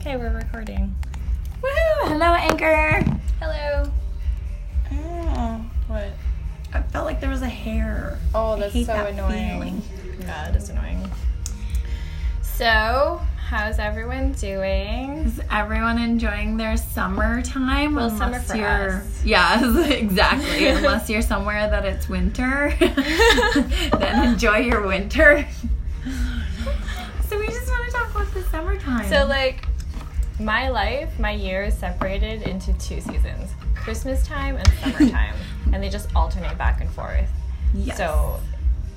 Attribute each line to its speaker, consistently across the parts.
Speaker 1: Okay, we're recording.
Speaker 2: Woohoo! Hello, Anchor.
Speaker 1: Hello.
Speaker 2: Oh,
Speaker 1: What?
Speaker 2: I felt like there was a hair.
Speaker 1: Oh,
Speaker 2: I
Speaker 1: that's
Speaker 2: hate
Speaker 1: so
Speaker 2: that
Speaker 1: annoying.
Speaker 2: feeling.
Speaker 1: God, it's annoying. So, how's everyone doing?
Speaker 2: Is everyone enjoying their summertime?
Speaker 1: Well, summer for
Speaker 2: you're,
Speaker 1: us.
Speaker 2: Yes, exactly. unless you're somewhere that it's winter, then enjoy your winter. so we just want to talk about the summertime.
Speaker 1: So, like, my life, my year is separated into two seasons Christmas time and summertime. and they just alternate back and forth.
Speaker 2: yes.
Speaker 1: So,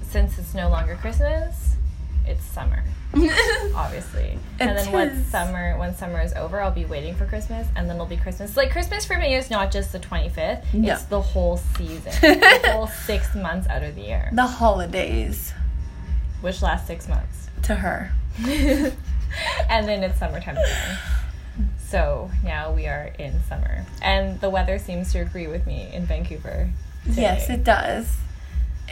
Speaker 1: since it's no longer Christmas, it's summer, obviously. and
Speaker 2: It
Speaker 1: then once
Speaker 2: is.
Speaker 1: summer, when summer is over, I'll be waiting for Christmas, and then it'll be Christmas. Like Christmas for me is not just the twenty fifth;
Speaker 2: No.
Speaker 1: it's the whole season, the whole six months out of the year,
Speaker 2: the holidays
Speaker 1: which lasts six months,
Speaker 2: to her.
Speaker 1: and then it's summertime again. So now we are in summer, and the weather seems to agree with me in Vancouver. today.
Speaker 2: Yes, it does.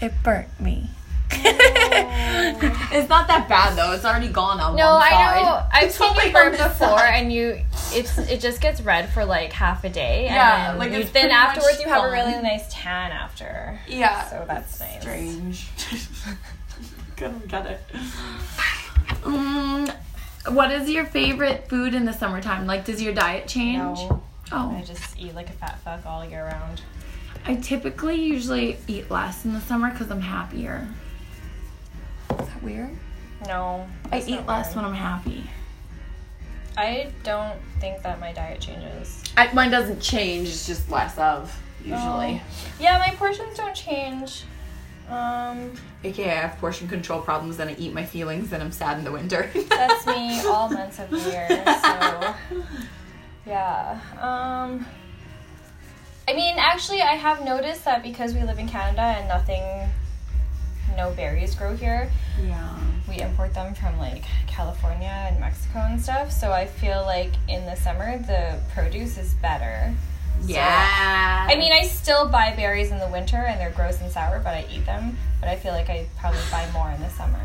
Speaker 2: It burnt me. it's not that bad though. It's already gone on
Speaker 1: Oh. No,
Speaker 2: one
Speaker 1: I
Speaker 2: side.
Speaker 1: know. I've
Speaker 2: It's
Speaker 1: seen
Speaker 2: only
Speaker 1: you burn
Speaker 2: on this
Speaker 1: before,
Speaker 2: side.
Speaker 1: and you it's it just gets red for like half a day. And
Speaker 2: Yeah,
Speaker 1: then
Speaker 2: like,
Speaker 1: you,
Speaker 2: it's
Speaker 1: then
Speaker 2: pretty
Speaker 1: afterwards
Speaker 2: much
Speaker 1: you have a
Speaker 2: gone.
Speaker 1: really nice tan after.
Speaker 2: Yeah.
Speaker 1: So that's nice.
Speaker 2: Strange. Couldn't get it. Mm, what is your favorite food in the summertime? Like, does your diet change?
Speaker 1: No, I
Speaker 2: Oh,
Speaker 1: just eat like a fat fuck all year round.
Speaker 2: I typically usually eat less in the summer because I'm happier. Is that weird?
Speaker 1: No,
Speaker 2: I
Speaker 1: it's
Speaker 2: eat
Speaker 1: not
Speaker 2: less
Speaker 1: good.
Speaker 2: when I'm happy.
Speaker 1: I don't think that my diet changes.
Speaker 3: I, mine doesn't change. It's just less of usually.
Speaker 1: Um, Yeah, my portions don't change. Um,
Speaker 3: AKA, I have portion control problems. Then I eat my feelings. Then I'm sad in the winter.
Speaker 1: that's me all months of the year. So yeah. Um I mean, actually I have noticed that because we live in Canada and nothing no berries grow here.
Speaker 3: Yeah.
Speaker 1: We import them from like California and Mexico and stuff. So I feel like in the summer the produce is better.
Speaker 3: Yeah.
Speaker 1: I mean, I still buy berries in the winter and they're gross and sour, but I eat them. But I feel like I probably buy more in the summer.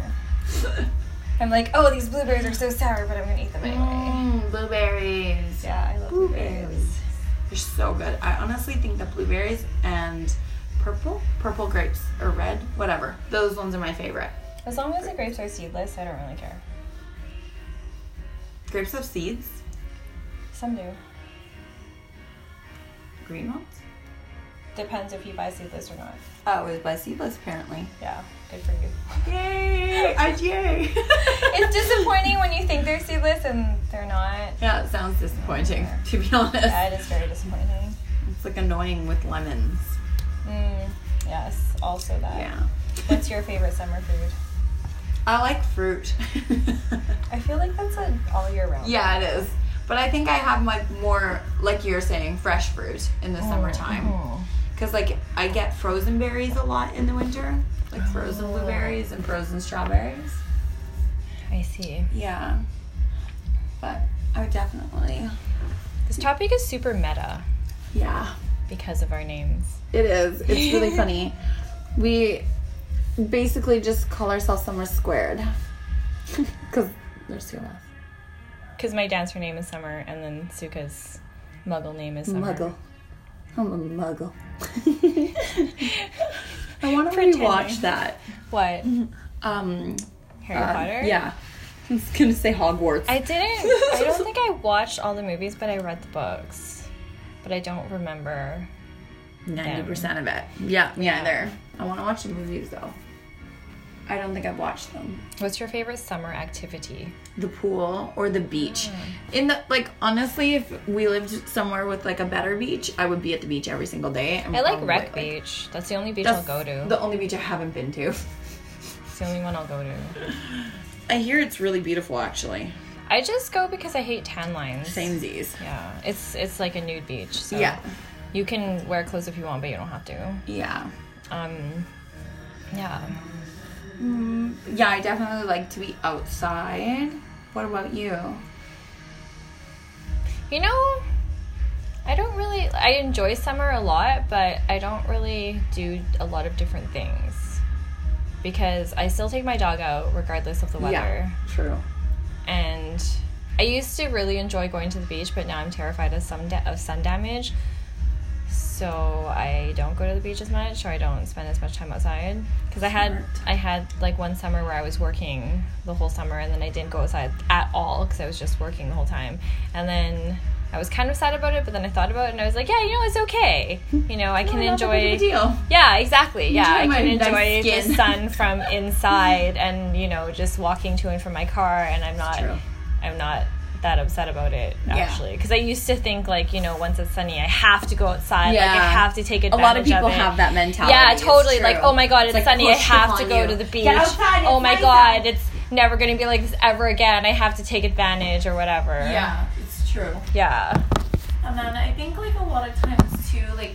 Speaker 1: I'm like, oh, these blueberries are so sour, but I'm gonna eat them anyway.
Speaker 3: Mm, blueberries.
Speaker 1: Yeah, I love blueberries.
Speaker 3: They're so good. I honestly think that blueberries and purple, purple grapes or red, whatever. Those ones are my favorite.
Speaker 1: As long as the grapes are seedless, I don't really care.
Speaker 3: Grapes have seeds.
Speaker 1: Some do.
Speaker 3: Green ones.
Speaker 1: Depends if you buy seedless or not.
Speaker 3: Oh, it was by seedless apparently.
Speaker 1: Yeah, good for you.
Speaker 3: Yay! IGA.
Speaker 1: It's disappointing when you think they're seedless and they're not.
Speaker 3: Yeah, it sounds disappointing to be honest.
Speaker 1: Yeah, it is very disappointing.
Speaker 3: It's like annoying with lemons.
Speaker 1: Mm, yes, also that.
Speaker 3: Yeah.
Speaker 1: What's your favorite summer food?
Speaker 3: I like fruit.
Speaker 1: I feel like that's a all year round.
Speaker 3: yeah, it is. But I think I have like more, like you're saying, fresh fruit in the summertime.
Speaker 1: Oh.
Speaker 3: Because like I get frozen berries a lot in the winter, like frozen blueberries and frozen strawberries.
Speaker 1: I see.
Speaker 3: Yeah. But I would definitely.
Speaker 1: This topic is super meta
Speaker 3: Yeah.
Speaker 1: because of our names.
Speaker 3: It is. It's really funny. We basically just call ourselves Summer Squared. Because there's two of us.
Speaker 1: Because my dancer name is Summer, and then Suka's muggle name is Summer.
Speaker 3: Muggle. I'm a muggle. I want to rewatch that.
Speaker 1: What?
Speaker 3: Um,
Speaker 1: Harry
Speaker 3: uh,
Speaker 1: Potter?
Speaker 3: Yeah. I was gonna say Hogwarts.
Speaker 1: I didn't. I don't think I watched all the movies, but I read the books. But I don't remember.
Speaker 3: Ninety percent of it. Yeah, me either. I want to watch the movies though. I don't think I've watched them.
Speaker 1: What's your favorite summer activity?
Speaker 3: The pool or the beach.
Speaker 1: Ah.
Speaker 3: In the like, honestly, if we lived somewhere with like a better beach, I would be at the beach every single day. and
Speaker 1: I like
Speaker 3: probably,
Speaker 1: Wreck Beach. That's the only beach I'll
Speaker 3: Um, That's
Speaker 1: go to.
Speaker 3: the only beach I haven't been to.
Speaker 1: it's the only one I'll go to.
Speaker 3: I hear it's really beautiful, actually.
Speaker 1: I just go because I hate tan lines.
Speaker 3: Samesies.
Speaker 1: Yeah, it's it's like a nude beach. So
Speaker 3: Yeah.
Speaker 1: You can wear clothes if you want, but you don't have to.
Speaker 3: Yeah.
Speaker 1: Um, yeah.
Speaker 3: Mm, Yeah, I definitely like to be outside. What about you?
Speaker 1: You know, I don't really. I enjoy summer a lot, but I don't really do a lot of different things because I still take my dog out regardless of the weather,
Speaker 3: true.
Speaker 1: and I used to really enjoy going to the beach, but now I'm terrified of sun da- of sun damage. So I don't go to the beach as much, or I don't spend as much time outside. Because I had
Speaker 2: Smart.
Speaker 1: I had like one summer where I was working the whole summer, and then I didn't go outside at all because I was just working the whole time. And then I was kind of sad about it, but then I thought about it, and I was like, yeah, you know, it's okay. You know, I can
Speaker 2: Not that big
Speaker 1: enjoy.
Speaker 2: of a deal.
Speaker 1: Yeah, exactly. Yeah, I
Speaker 2: Enjoy
Speaker 1: can
Speaker 2: my
Speaker 1: enjoy
Speaker 2: nice
Speaker 1: the
Speaker 2: skin.
Speaker 1: sun from inside, and you know, just walking to and from my car, and I'm not,
Speaker 2: true.
Speaker 1: I'm not that upset about it
Speaker 2: Yeah.
Speaker 1: actually, because I used to think like you know, once it's sunny, I have to go outside, like I
Speaker 3: Yeah.
Speaker 1: have to take
Speaker 3: A
Speaker 1: advantage
Speaker 3: lot of people
Speaker 1: it.
Speaker 3: have that mentality.
Speaker 1: Yeah,
Speaker 3: It's
Speaker 1: totally. Like,
Speaker 3: true.
Speaker 1: oh my god, it's,
Speaker 3: like
Speaker 1: sunny. I
Speaker 3: pushed
Speaker 1: have to
Speaker 3: upon
Speaker 1: go
Speaker 3: you.
Speaker 1: to the beach.
Speaker 2: Get outside,
Speaker 1: oh
Speaker 2: it's
Speaker 1: my
Speaker 2: nice
Speaker 1: god,
Speaker 2: out.
Speaker 1: it's never going to be like this ever again. I have to take advantage or whatever.
Speaker 2: Yeah, it's true.
Speaker 1: Yeah.
Speaker 2: And then I think like a lot of times too, like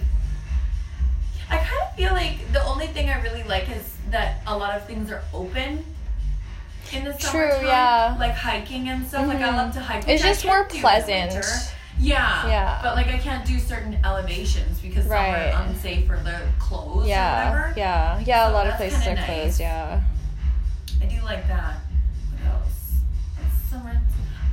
Speaker 2: I kind of feel like the only thing I really like is that a lot of things are open in the
Speaker 1: True,
Speaker 2: summertime.
Speaker 1: yeah.
Speaker 2: Like hiking and stuff. Like I
Speaker 1: Mhm.
Speaker 2: love to hike.
Speaker 1: It's
Speaker 2: which I
Speaker 1: just
Speaker 2: can't
Speaker 1: more
Speaker 2: do in the
Speaker 1: pleasant.
Speaker 2: winter. Yeah.
Speaker 1: Yeah.
Speaker 2: But like I can't do certain elevations because
Speaker 1: Right.
Speaker 2: some are unsafe for their clothes or
Speaker 1: Yeah.
Speaker 2: whatever.
Speaker 1: Yeah. Yeah. A
Speaker 2: So
Speaker 1: lot of
Speaker 2: that's
Speaker 1: places are
Speaker 2: kinda nice.
Speaker 1: closed. Yeah.
Speaker 2: I do like that. What else? It's summer.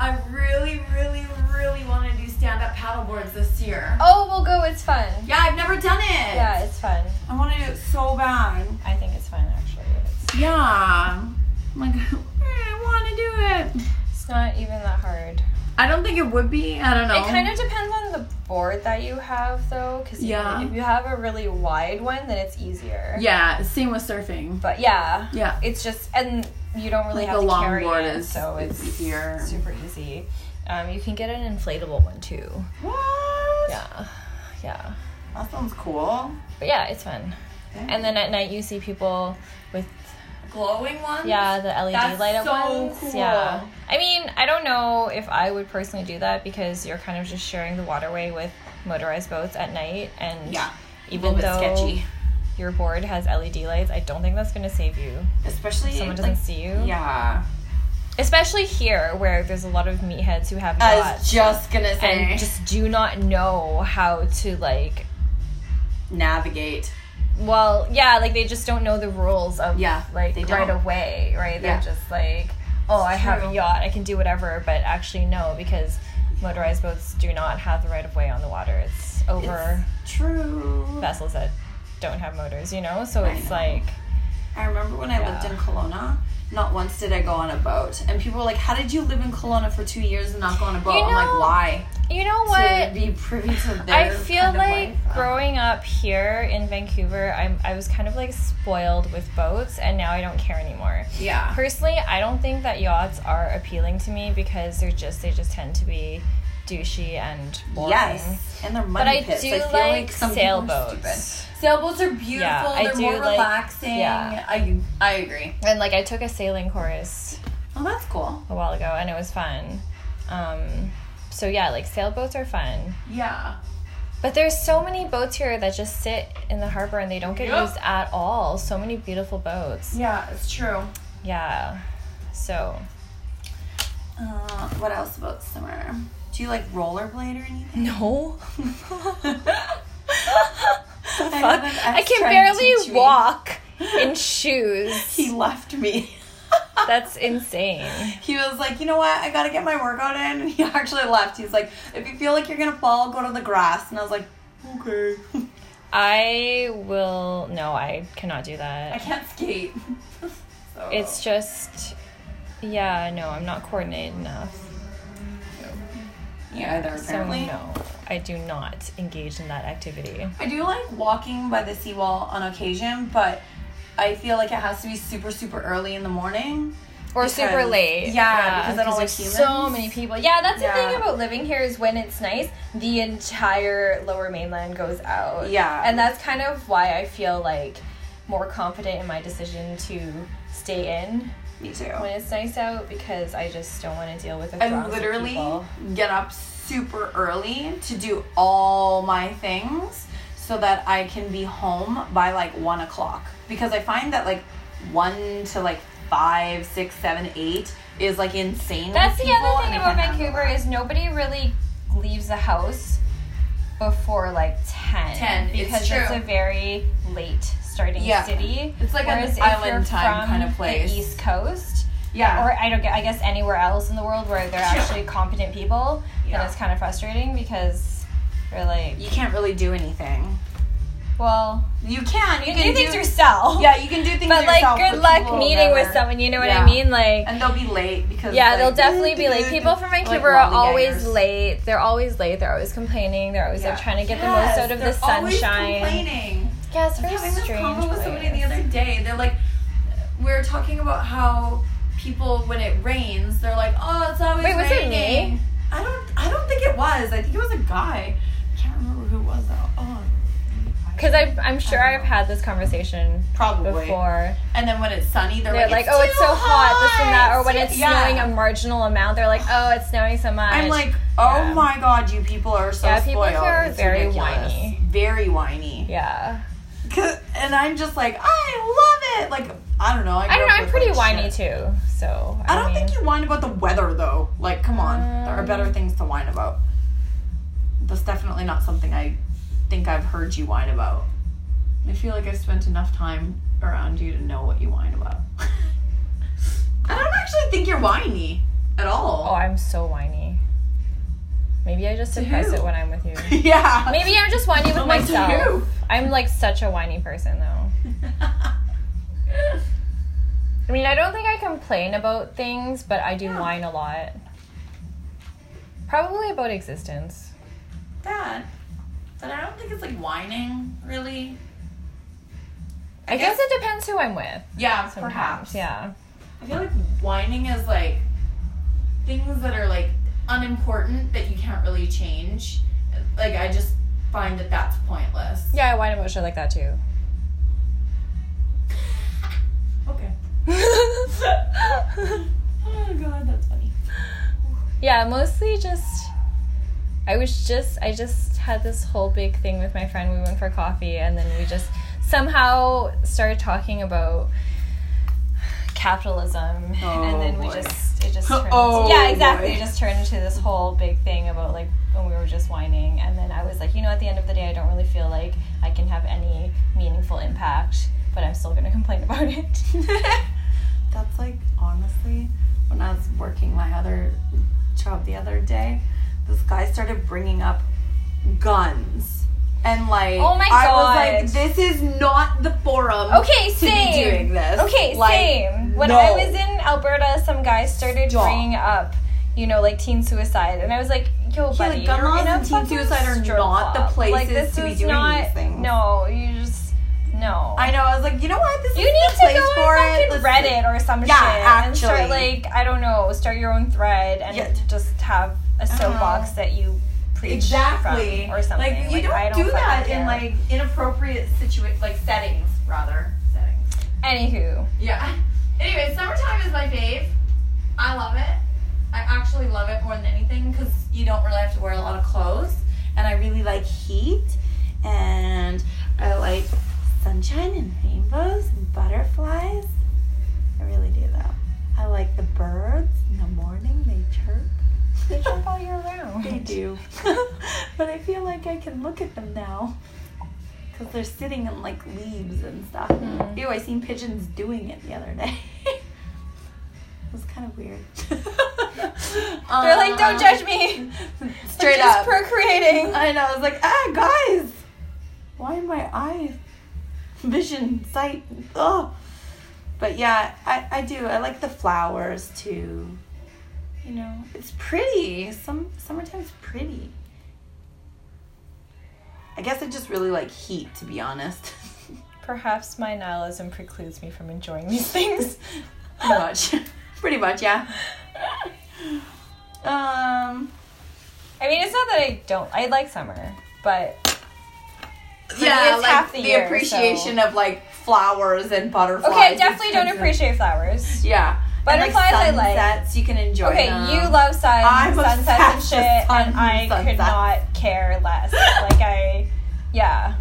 Speaker 2: I really, really, really want to do stand-up paddleboards this year.
Speaker 1: Oh, we'll go. It's fun.
Speaker 2: Yeah, I've never done it.
Speaker 1: Yeah, it's fun.
Speaker 2: I want to do it so bad.
Speaker 1: I think it's fun actually. It's,
Speaker 2: Yeah. I'm like, eh, I want to do it.
Speaker 1: it's not even that hard.
Speaker 2: I don't think it would be. I don't know.
Speaker 1: It kind of depends on the board that you have though, because
Speaker 2: Yeah.
Speaker 1: if you have a really wide one, then it's easier.
Speaker 2: Yeah, same with surfing.
Speaker 1: But yeah,
Speaker 2: Yeah.
Speaker 1: it's just and you don't really
Speaker 2: Like
Speaker 1: have
Speaker 2: the
Speaker 1: to
Speaker 2: long
Speaker 1: carry
Speaker 2: board
Speaker 1: it,
Speaker 2: is-
Speaker 1: so
Speaker 2: is
Speaker 1: it's
Speaker 2: easier.
Speaker 1: super easy. Um, you can get an inflatable one too.
Speaker 2: What?
Speaker 1: Yeah, yeah.
Speaker 2: That sounds cool.
Speaker 1: But yeah, it's fun. And then at night you see people with
Speaker 2: glowing ones.
Speaker 1: Yeah, the LED
Speaker 2: That's
Speaker 1: light up
Speaker 2: so
Speaker 1: ones.
Speaker 2: cool.
Speaker 1: Yeah. I mean, I don't know if I would personally do that because you're kind of just sharing the waterway with motorized boats at night and
Speaker 2: Yeah.
Speaker 1: even
Speaker 2: A
Speaker 1: though
Speaker 2: little bit sketchy.
Speaker 1: your board has LED lights, I don't think that's going to save you.
Speaker 2: Especially
Speaker 1: Someone doesn't
Speaker 2: like,
Speaker 1: see you.
Speaker 2: Yeah.
Speaker 1: Especially here where there's a lot of meatheads who have
Speaker 3: I
Speaker 1: yachts
Speaker 3: was just gonna say,
Speaker 1: and just do not know how to like
Speaker 3: navigate.
Speaker 1: well, yeah, like they just don't know the rules of
Speaker 3: Yeah,
Speaker 1: like
Speaker 3: they
Speaker 1: right
Speaker 3: don't.
Speaker 1: away, right? They're
Speaker 3: Yeah.
Speaker 1: just like, oh, I have a
Speaker 2: true.
Speaker 1: yacht, I can do whatever, but actually no, because motorized boats do not have the right of way on the water. It's over
Speaker 2: True.
Speaker 1: vessels that don't have motors, you know. So
Speaker 2: I
Speaker 1: it's
Speaker 2: know.
Speaker 1: like,
Speaker 3: I remember when I lived
Speaker 1: Yeah.
Speaker 3: in Kelowna, not once did I go on a boat. And people were like, How did you live in Kelowna for two years and not go on a boat?
Speaker 1: You
Speaker 3: I'm
Speaker 1: know,
Speaker 3: like, Why?
Speaker 1: you know
Speaker 3: To
Speaker 1: what?
Speaker 3: be privy to their
Speaker 1: I feel
Speaker 3: kind of
Speaker 1: like
Speaker 3: life. Uh,
Speaker 1: growing up here in Vancouver, I'm I was kind of like spoiled with boats, and now I don't care anymore.
Speaker 2: Yeah.
Speaker 1: Personally, I don't think that yachts are appealing to me because they're just they just tend to be douchey and boring.
Speaker 3: Yes. And they're money
Speaker 1: But I
Speaker 3: pits.
Speaker 1: do
Speaker 3: I feel like,
Speaker 1: like
Speaker 3: some people are stupid.
Speaker 1: sailboats.
Speaker 2: Sailboats are beautiful.
Speaker 1: Yeah, I
Speaker 2: They're
Speaker 1: do
Speaker 2: more
Speaker 1: like-
Speaker 2: relaxing.
Speaker 1: yeah.
Speaker 2: I I agree.
Speaker 1: And like I took a sailing course
Speaker 3: Oh, that's cool.
Speaker 1: a while ago and it was fun. Um, so yeah, like sailboats are fun.
Speaker 2: Yeah.
Speaker 1: But there's so many boats here that just sit in the harbor and they don't get
Speaker 2: Yep.
Speaker 1: used at all. So many beautiful boats.
Speaker 2: Yeah, it's true.
Speaker 1: Yeah. So
Speaker 3: Uh, what else about summer? Do you like rollerblade or anything?
Speaker 1: No.
Speaker 3: I
Speaker 1: Fuck.
Speaker 3: have an ex
Speaker 1: I can
Speaker 3: trying to teach
Speaker 1: barely
Speaker 3: me.
Speaker 1: walk in shoes.
Speaker 3: He left me.
Speaker 1: That's insane.
Speaker 3: He was like, you know what? I gotta get my workout in. And he actually left. He's like, if you feel like you're gonna fall, go to the grass. And I was like, okay.
Speaker 1: I will. No, I cannot do
Speaker 2: I
Speaker 1: that.
Speaker 2: can't skate. so.
Speaker 1: It's just. Yeah, no, I'm not coordinated enough.
Speaker 3: yeah, either
Speaker 1: So,
Speaker 3: apparently.
Speaker 1: no, I do not engage in that activity.
Speaker 2: I do like
Speaker 3: Walking by the seawall on occasion, but I feel like it has to be super, super early in the morning.
Speaker 1: Or super
Speaker 3: Because-
Speaker 1: late.
Speaker 3: yeah, because I don't
Speaker 1: there's
Speaker 3: like
Speaker 1: so
Speaker 3: humans.
Speaker 1: many people. Yeah, that's the
Speaker 3: Yeah.
Speaker 1: thing about living here is when it's nice, the entire lower mainland goes out.
Speaker 3: Yeah.
Speaker 1: And that's kind of why I feel like more confident in my decision to stay in
Speaker 3: Me too.
Speaker 1: when it's nice out because I just don't want to deal with the
Speaker 3: I
Speaker 1: throngs of
Speaker 3: literally
Speaker 1: people.
Speaker 3: get up super early to do all my things so that I can be home by like one o'clock because I find that like one to like five, six, seven, eight is like insane. with
Speaker 1: That's the
Speaker 3: people,
Speaker 1: other thing
Speaker 3: and I
Speaker 1: about
Speaker 3: can't handle
Speaker 1: Vancouver
Speaker 3: that.
Speaker 1: is nobody really leaves the house before like 10.
Speaker 2: 10, it's
Speaker 1: because
Speaker 2: true.
Speaker 1: it's a very late starting
Speaker 3: Yeah.
Speaker 1: city.
Speaker 3: It's like an
Speaker 1: Whereas if
Speaker 3: island
Speaker 1: you're
Speaker 3: time
Speaker 1: from
Speaker 3: kind of place.
Speaker 1: The East Coast,
Speaker 3: Yeah.
Speaker 1: or I don't get I guess anywhere else in the world where they're
Speaker 2: Sure.
Speaker 1: actually competent people, then
Speaker 2: Yeah.
Speaker 1: it's kind of frustrating because you're like,
Speaker 3: you can't really do anything.
Speaker 1: well,
Speaker 3: You can.
Speaker 1: you, can do things yourself.
Speaker 3: Yeah, you can do things
Speaker 1: But like,
Speaker 3: yourself,
Speaker 1: good
Speaker 3: but
Speaker 1: luck
Speaker 3: people
Speaker 1: meeting with
Speaker 3: never-
Speaker 1: someone. You know what
Speaker 3: Yeah.
Speaker 1: I mean? Like,
Speaker 3: And they'll be late because
Speaker 1: yeah,
Speaker 3: like,
Speaker 1: they'll definitely be like people from Vancouver are always
Speaker 3: lollygaggers.
Speaker 1: late. They're always late. They're always complaining. They're always like
Speaker 3: Yeah.
Speaker 1: trying to get
Speaker 2: Yes,
Speaker 1: the most out of the
Speaker 2: they're always
Speaker 1: sunshine.
Speaker 2: complaining.
Speaker 1: Yeah, it's
Speaker 2: I
Speaker 1: very
Speaker 2: was having this
Speaker 1: strange.
Speaker 2: convo with somebody the
Speaker 1: place.
Speaker 2: other day. They're like, we were talking about how people, when it rains, they're like, oh, it's always
Speaker 1: Wait, was it
Speaker 2: raining.
Speaker 1: me?
Speaker 2: I don't, I don't think it was. I think it was a guy. I can't remember who it was though. Oh,
Speaker 1: Because I'm, I'm sure
Speaker 2: I don't
Speaker 1: I've had this conversation
Speaker 2: probably.
Speaker 1: before.
Speaker 2: And then when it's sunny, they're,
Speaker 1: They're like,
Speaker 2: like,
Speaker 1: oh, it's so
Speaker 2: too
Speaker 1: hot, this and that. Or when
Speaker 2: too-"
Speaker 1: it's
Speaker 3: Yeah.
Speaker 1: snowing a marginal amount, they're like, oh, it's snowing so much.
Speaker 3: I'm like, oh
Speaker 1: Yeah.
Speaker 3: my god, you people are so
Speaker 1: Yeah, people
Speaker 3: spoiled.
Speaker 1: here are
Speaker 3: It's
Speaker 1: very
Speaker 3: ridiculous.
Speaker 1: whiny.
Speaker 3: Very whiny.
Speaker 1: yeah.
Speaker 3: 'Cause- And I'm just like, I love it. Like, I don't know.
Speaker 1: I
Speaker 3: I, grew
Speaker 1: don't know,
Speaker 3: up
Speaker 1: I'm
Speaker 3: with
Speaker 1: pretty
Speaker 3: that
Speaker 1: whiny
Speaker 3: shit.
Speaker 1: too. So, I,
Speaker 3: I don't
Speaker 1: mean, um,
Speaker 3: think you whine about the weather though. Like, come on, there are better things to whine about. That's definitely not something I think I've heard you whine about. I feel like I've spent enough time around you to know what you whine about. I don't actually think you're whiny at
Speaker 1: Oh,
Speaker 3: all.
Speaker 1: I'm so whiny. Maybe I just
Speaker 3: To
Speaker 1: suppress
Speaker 3: who?
Speaker 1: it when I'm with you.
Speaker 3: yeah.
Speaker 1: Oh. Maybe I'm just whiny with
Speaker 3: Oh my, to
Speaker 1: myself.
Speaker 3: who?
Speaker 1: I'm like such a whiny person though. I mean, I don't think I complain about things, but I do
Speaker 2: Yeah.
Speaker 1: whine a lot. Probably about existence.
Speaker 2: that. But I don't think it's like whining, really.
Speaker 1: I guess it depends who I'm with.
Speaker 2: Yeah,
Speaker 1: Sometimes,
Speaker 2: perhaps.
Speaker 1: yeah.
Speaker 2: I feel like whining is like things that are like unimportant that you can't really change. Like I just find that that's pointless.
Speaker 1: Yeah, I whine about shit like that too.
Speaker 2: Okay. Oh god, that's funny.
Speaker 1: yeah, mostly just. I was just. I just had this whole big thing with my friend. We went for coffee and then we just somehow started talking about capitalism
Speaker 3: Oh,
Speaker 1: and then we
Speaker 3: boy.
Speaker 1: just it just turned
Speaker 3: Oh,
Speaker 1: yeah exactly
Speaker 3: boy.
Speaker 1: it just turned into this whole big thing about like when we were just whining and then i was like you know at the end of the day i don't really feel like i can have any meaningful impact but i'm still going to complain about it
Speaker 3: That's like honestly, when I was working my other job the other day, this guy started bringing up guns. And like,
Speaker 1: Oh my
Speaker 3: I
Speaker 1: God.
Speaker 3: was like, this is not the forum.
Speaker 1: Okay,
Speaker 3: to
Speaker 1: same.
Speaker 3: Be doing this.
Speaker 1: Okay,
Speaker 3: Like,
Speaker 1: same. When
Speaker 3: no.
Speaker 1: I was in Alberta, some guy started
Speaker 3: Stop.
Speaker 1: bringing up, you know, like teen suicide, and I was like, "Yo,
Speaker 3: Yeah,
Speaker 1: buddy,
Speaker 3: like, gun
Speaker 1: you're
Speaker 3: laws
Speaker 1: in a
Speaker 3: and teen
Speaker 1: fucking
Speaker 3: suicide are
Speaker 1: strip
Speaker 3: not the
Speaker 1: club. like,
Speaker 3: places
Speaker 1: this
Speaker 3: to be
Speaker 1: is
Speaker 3: doing
Speaker 1: not,
Speaker 3: these things.
Speaker 1: No, you just no.
Speaker 3: I know. I was like, you know what? This
Speaker 1: You
Speaker 3: is
Speaker 1: need
Speaker 3: the
Speaker 1: to
Speaker 3: place
Speaker 1: go on
Speaker 3: for it.
Speaker 1: fucking
Speaker 3: Let's-
Speaker 1: Reddit or some
Speaker 3: Yeah,
Speaker 1: shit and start
Speaker 3: actually.
Speaker 1: like I don't know, start your own thread and
Speaker 3: Yeah. Uh-huh.
Speaker 1: just have a soapbox that you preach
Speaker 3: Exactly.
Speaker 1: from or something.
Speaker 2: Like you don't,
Speaker 1: I
Speaker 2: do
Speaker 1: fucking
Speaker 2: that in
Speaker 1: care.
Speaker 2: like inappropriate situa like settings rather. Settings.
Speaker 1: anywho.
Speaker 2: Yeah. Anyway, summertime is my fave. I love it. I actually love it more than anything because you don't really have to wear a lot of clothes.
Speaker 3: And I really like heat, and I like sunshine and rainbows and butterflies. I really do though. I like the birds in the morning. They chirp.
Speaker 1: They jump all year round.
Speaker 3: They do. but I feel like I can look at them now. Because they're sitting in like leaves and stuff.
Speaker 1: Mm.
Speaker 3: Ew, I seen pigeons doing it the other day. it was kind of weird. Uh-huh.
Speaker 1: They're like, don't judge me.
Speaker 3: Straight
Speaker 1: Um, I'm just
Speaker 3: up.
Speaker 1: procreating.
Speaker 3: I know. I was like, ah, guys. Why my eye, vision, sight? Oh. But yeah, I, I do. I like the flowers too. You know, it's pretty. Some summertime's pretty. I guess I just really like heat, to be honest.
Speaker 1: Perhaps my nihilism precludes me from enjoying these things.
Speaker 3: pretty much, pretty much, yeah. Um,
Speaker 1: I mean, it's not that I don't. I like summer, but me,
Speaker 3: yeah,
Speaker 1: it's
Speaker 3: like
Speaker 1: half the
Speaker 3: the,
Speaker 1: year,
Speaker 3: appreciation of like flowers and butterflies.
Speaker 1: okay, I
Speaker 3: It's
Speaker 1: definitely don't
Speaker 3: kind of-
Speaker 1: appreciate flowers.
Speaker 3: Yeah.
Speaker 1: Butterflies I like.
Speaker 3: Sunsets, you can enjoy
Speaker 1: Okay,
Speaker 3: them.
Speaker 1: you love sun,
Speaker 3: I'm
Speaker 1: sunsets and
Speaker 3: obsessed
Speaker 1: shit,
Speaker 3: with
Speaker 1: and
Speaker 3: sun
Speaker 1: I could
Speaker 3: sunsets.
Speaker 1: not care less. Like I, yeah.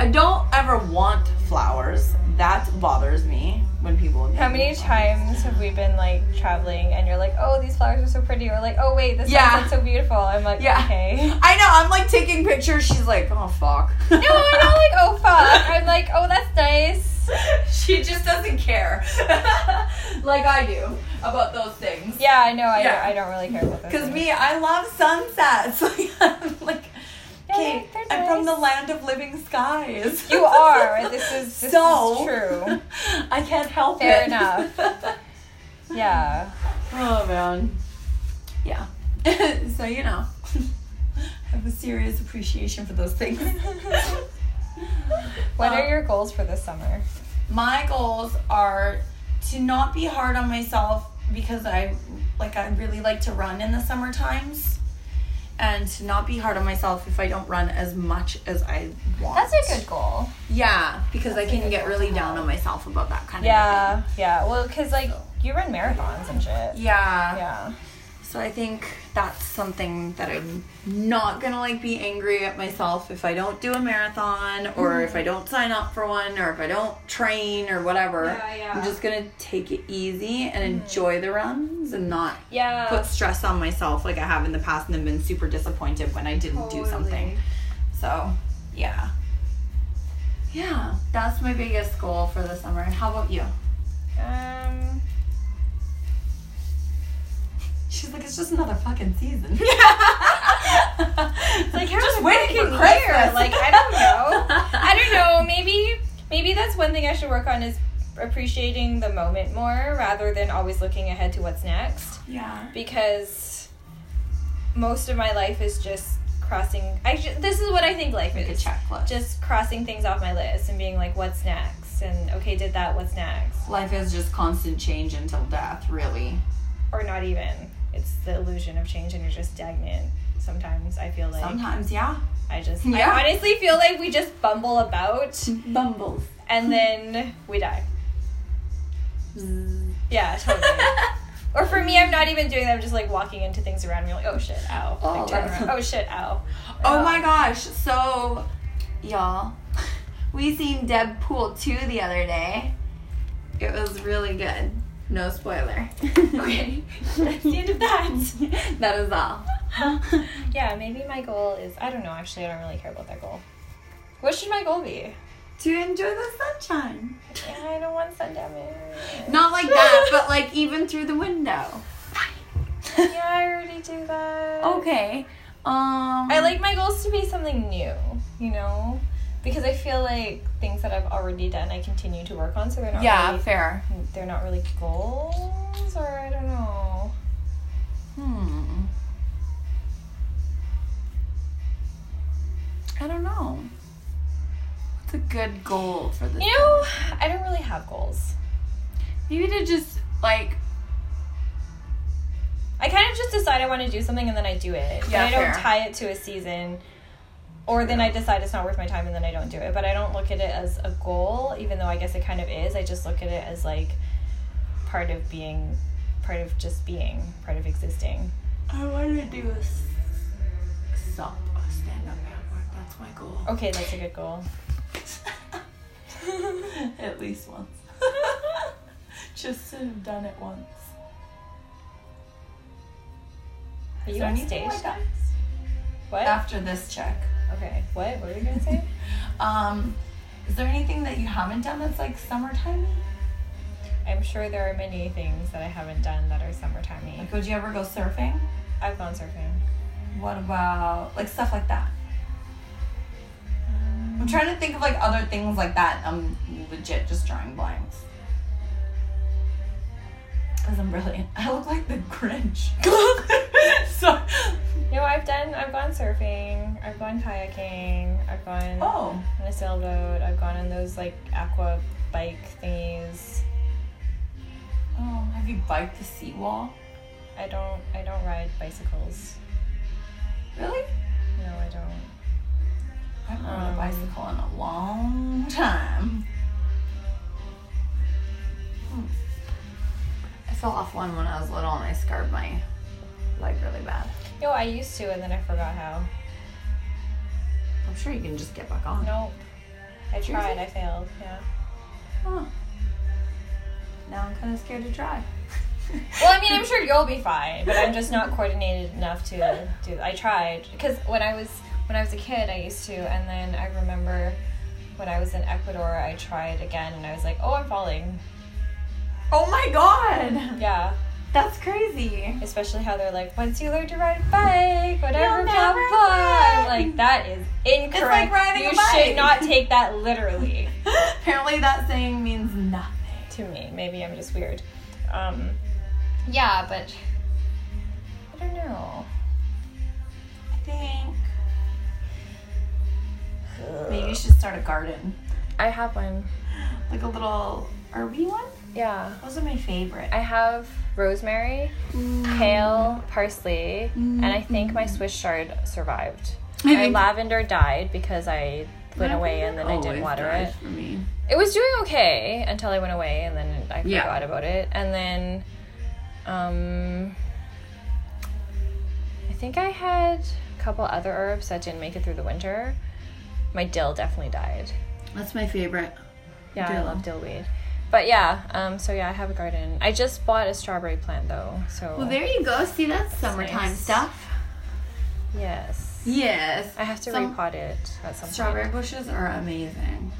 Speaker 3: I don't ever want flowers. That bothers me when people.
Speaker 1: How
Speaker 3: give me
Speaker 1: many
Speaker 3: flowers.
Speaker 1: times have we been like traveling, and you're like, oh, these flowers are so pretty, or like, oh wait, this
Speaker 3: Yeah.
Speaker 1: sunset's so beautiful. I'm like,
Speaker 3: Yeah.
Speaker 1: okay.
Speaker 3: I know. I'm like taking pictures. She's like, oh fuck.
Speaker 1: No, I'm not like, oh fuck. I'm like, oh, that's nice.
Speaker 2: she just doesn't care like I do about those things.
Speaker 1: Yeah, I know. I,
Speaker 2: Yeah.
Speaker 1: I don't really care about those.
Speaker 3: Because
Speaker 1: things.
Speaker 3: me, I love sunsets. Like, I'm like,
Speaker 1: Yeah,
Speaker 3: okay,
Speaker 1: they're- they're
Speaker 3: I'm from the
Speaker 1: nice.
Speaker 3: land of living skies.
Speaker 1: You are. This is this
Speaker 3: so
Speaker 1: is true.
Speaker 3: I can't help
Speaker 1: Fair
Speaker 3: it.
Speaker 1: enough. Yeah.
Speaker 3: oh man. Yeah. so you know, I have a serious appreciation for those things.
Speaker 1: What
Speaker 3: Um,
Speaker 1: are your goals for this summer?
Speaker 3: my goals are to not be hard on myself because I like I really like to run in the summer times and to not be hard on myself if I don't run as much as I want.
Speaker 1: That's a good goal.
Speaker 3: Yeah, because I
Speaker 1: That's a
Speaker 3: can
Speaker 1: good
Speaker 3: get
Speaker 1: goal
Speaker 3: really
Speaker 1: to
Speaker 3: down
Speaker 1: have.
Speaker 3: on myself about that kind of
Speaker 1: Yeah. Yeah. Well, because like you run marathons and shit.
Speaker 3: thing. Yeah.
Speaker 1: Yeah.
Speaker 3: So I think that's something that I'm not gonna like be angry at myself if I don't do a marathon or if
Speaker 2: Mm-hmm.
Speaker 3: I don't sign up for one or if I don't train or whatever.
Speaker 2: Yeah, yeah. Mm-hmm.
Speaker 3: I'm just gonna take it easy and enjoy the runs and not
Speaker 1: Yeah.
Speaker 3: put stress on myself like I have in the past and then been super disappointed when I didn't do something. So yeah. Yeah, that's my biggest goal for the summer. How about you?
Speaker 1: um.
Speaker 3: She's like, it's just another fucking season.
Speaker 1: It's like how just waiting for Christmas. Like I don't know. I don't know. Maybe maybe that's one thing I should work on is appreciating the moment more rather than always looking ahead to what's next.
Speaker 3: Yeah.
Speaker 1: because most of my life is just crossing. I ju- this is what I think life
Speaker 3: Like a
Speaker 1: is.
Speaker 3: checklist.
Speaker 1: Just crossing things off my list and being like, what's next? And okay, did that. What's next?
Speaker 3: Life is just constant change until death, really.
Speaker 1: Or not even. It's the illusion of change, and you're just stagnant. Sometimes I feel like
Speaker 3: Sometimes, yeah.
Speaker 1: I just.
Speaker 3: Yeah.
Speaker 1: I honestly feel like we just bumble about,
Speaker 3: Bumbles.
Speaker 1: and then we die. Yeah, totally. Or for me, I'm not even doing that. I'm just like walking into things around me, like, oh shit, ow.
Speaker 3: Oh,
Speaker 1: Like, turn
Speaker 3: that's-
Speaker 1: around, oh shit, ow.
Speaker 3: oh my gosh. So, y'all, we seen Deadpool 2 the other day. It was really good. No spoiler.
Speaker 2: Okay.
Speaker 1: That's the end of that.
Speaker 3: that is all.
Speaker 1: Yeah, maybe my goal is I don't know. Actually, I don't really care about that goal. What should my goal be?
Speaker 3: to enjoy the sunshine.
Speaker 1: Yeah, I don't want sun damage.
Speaker 3: Not like that, but like even through the window.
Speaker 1: Yeah, I already do that.
Speaker 3: Okay. Um
Speaker 1: I like my goals to be something new, you know, because I feel like things that I've already done, I continue to work on, so they're not.
Speaker 3: Yeah,
Speaker 1: Really,
Speaker 3: fair.
Speaker 1: they're not really goals, or I don't know.
Speaker 3: Hmm. I don't know. What's a good goal for this?
Speaker 1: You know, I don't really have goals.
Speaker 3: maybe to just like
Speaker 1: I kind of just decide I want to do something and then I do it.
Speaker 3: Yeah,
Speaker 1: Yeah, I don't
Speaker 3: fair.
Speaker 1: tie it to a season. Or then I decide it's not worth my time and then I don't do it. But I don't look at it as a goal, even though I guess it kind of is. I just look at it as like part of being, part of just being, part of existing.
Speaker 3: I want to do a s- sup a stand up at work. That's my goal.
Speaker 1: Okay, that's a good goal.
Speaker 3: At least once. just to have done it once.
Speaker 1: Are
Speaker 3: Is
Speaker 1: you
Speaker 3: there
Speaker 1: on stage?
Speaker 3: anything like that?
Speaker 1: What?
Speaker 3: After this check.
Speaker 1: Okay. What? What were you gonna say?
Speaker 3: Um, is there anything that you haven't done that's like summertime?
Speaker 1: I'm sure there are many things that I haven't done that are summertimey.
Speaker 3: Like, would you ever go surfing?
Speaker 1: I've gone surfing.
Speaker 3: What about like stuff like that? I'm trying to think of like other things like that. I'm legit just drawing blanks. Cause I'm brilliant. I look like the Grinch. so,
Speaker 1: No, I've done. I've gone surfing. I've gone kayaking. I've gone
Speaker 3: oh,
Speaker 1: on a sailboat. I've gone on those like aqua bike thingies.
Speaker 3: oh, have you biked the seawall?
Speaker 1: I don't. I don't ride bicycles.
Speaker 3: Really?
Speaker 1: No, I don't.
Speaker 3: I haven't rode a
Speaker 1: Um,
Speaker 3: bicycle in a long time. Hmm. I fell off one when I was little and I scarred my leg really bad.
Speaker 1: No, I used to, and then I forgot how.
Speaker 3: I'm sure you can just get back on.
Speaker 1: Nope. I tried. I failed. Yeah.
Speaker 3: Huh. Now I'm kind of scared to try.
Speaker 1: Well, I mean, I'm sure you'll be fine, but I'm just not coordinated enough to do. I tried because when I was when I was a kid, I used to, and then I remember when I was in Ecuador, I tried again and I was like, oh, I'm falling.
Speaker 3: Oh my god!
Speaker 1: Yeah.
Speaker 3: That's crazy.
Speaker 1: Especially how they're like, once you learn to ride a bike, whatever,
Speaker 3: You'll
Speaker 1: blah,
Speaker 3: never
Speaker 1: blah. I'm
Speaker 3: learn.
Speaker 1: Like, that is incorrect.
Speaker 3: riding
Speaker 1: you
Speaker 3: a bike.
Speaker 1: should not take that literally
Speaker 3: Apparently, that saying means nothing.
Speaker 1: to me. Maybe I'm just weird. Um, yeah, but I don't know.
Speaker 3: I think maybe you should start a garden,
Speaker 1: I have one.
Speaker 3: like a little herby one.
Speaker 1: Yeah.
Speaker 3: Those are my favorite.
Speaker 1: I have rosemary,
Speaker 3: Mm.
Speaker 1: kale, parsley, and I think my Swiss chard survived.
Speaker 3: I
Speaker 1: My
Speaker 3: think-
Speaker 1: lavender died because I went away and then I didn't water it.
Speaker 3: For me.
Speaker 1: It was doing okay until I went away and then I
Speaker 3: Yeah.
Speaker 1: forgot about it. And then um I think I had a couple other herbs that didn't make it through the winter. My dill definitely died.
Speaker 3: That's my favorite.
Speaker 1: Yeah, I
Speaker 3: Dill.
Speaker 1: love dill weed. But yeah, um, so yeah, I have a garden. I just bought a strawberry plant though, so
Speaker 3: Well, there you go. See, that's summertime
Speaker 1: nice.
Speaker 3: stuff.
Speaker 1: yes,
Speaker 3: Yes.
Speaker 1: I have to
Speaker 3: Some-
Speaker 1: repot it at some
Speaker 3: Strawberry
Speaker 1: point.
Speaker 3: bushes are amazing.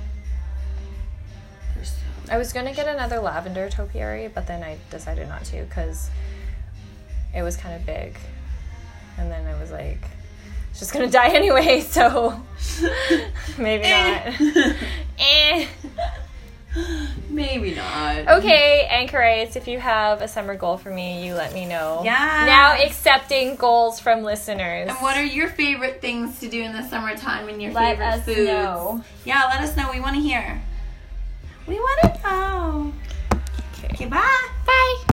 Speaker 3: They're so.
Speaker 1: I was gonna get another lavender topiary, but then I decided not to because it was kind of big, and then I was like, it's just gonna die anyway, so maybe not. eh.
Speaker 3: Maybe not.
Speaker 1: Okay, anchorites, if you have a summer goal for me, you let me know.
Speaker 3: Yes.
Speaker 1: Now accepting goals from listeners.
Speaker 3: And what are your favorite things to do in the summertime and your
Speaker 1: Let
Speaker 3: favorite
Speaker 1: us
Speaker 3: foods?
Speaker 1: know.
Speaker 3: Yeah, let us know. We want to hear. We want to know.
Speaker 1: Okay.
Speaker 3: Okay, bye.
Speaker 1: Bye.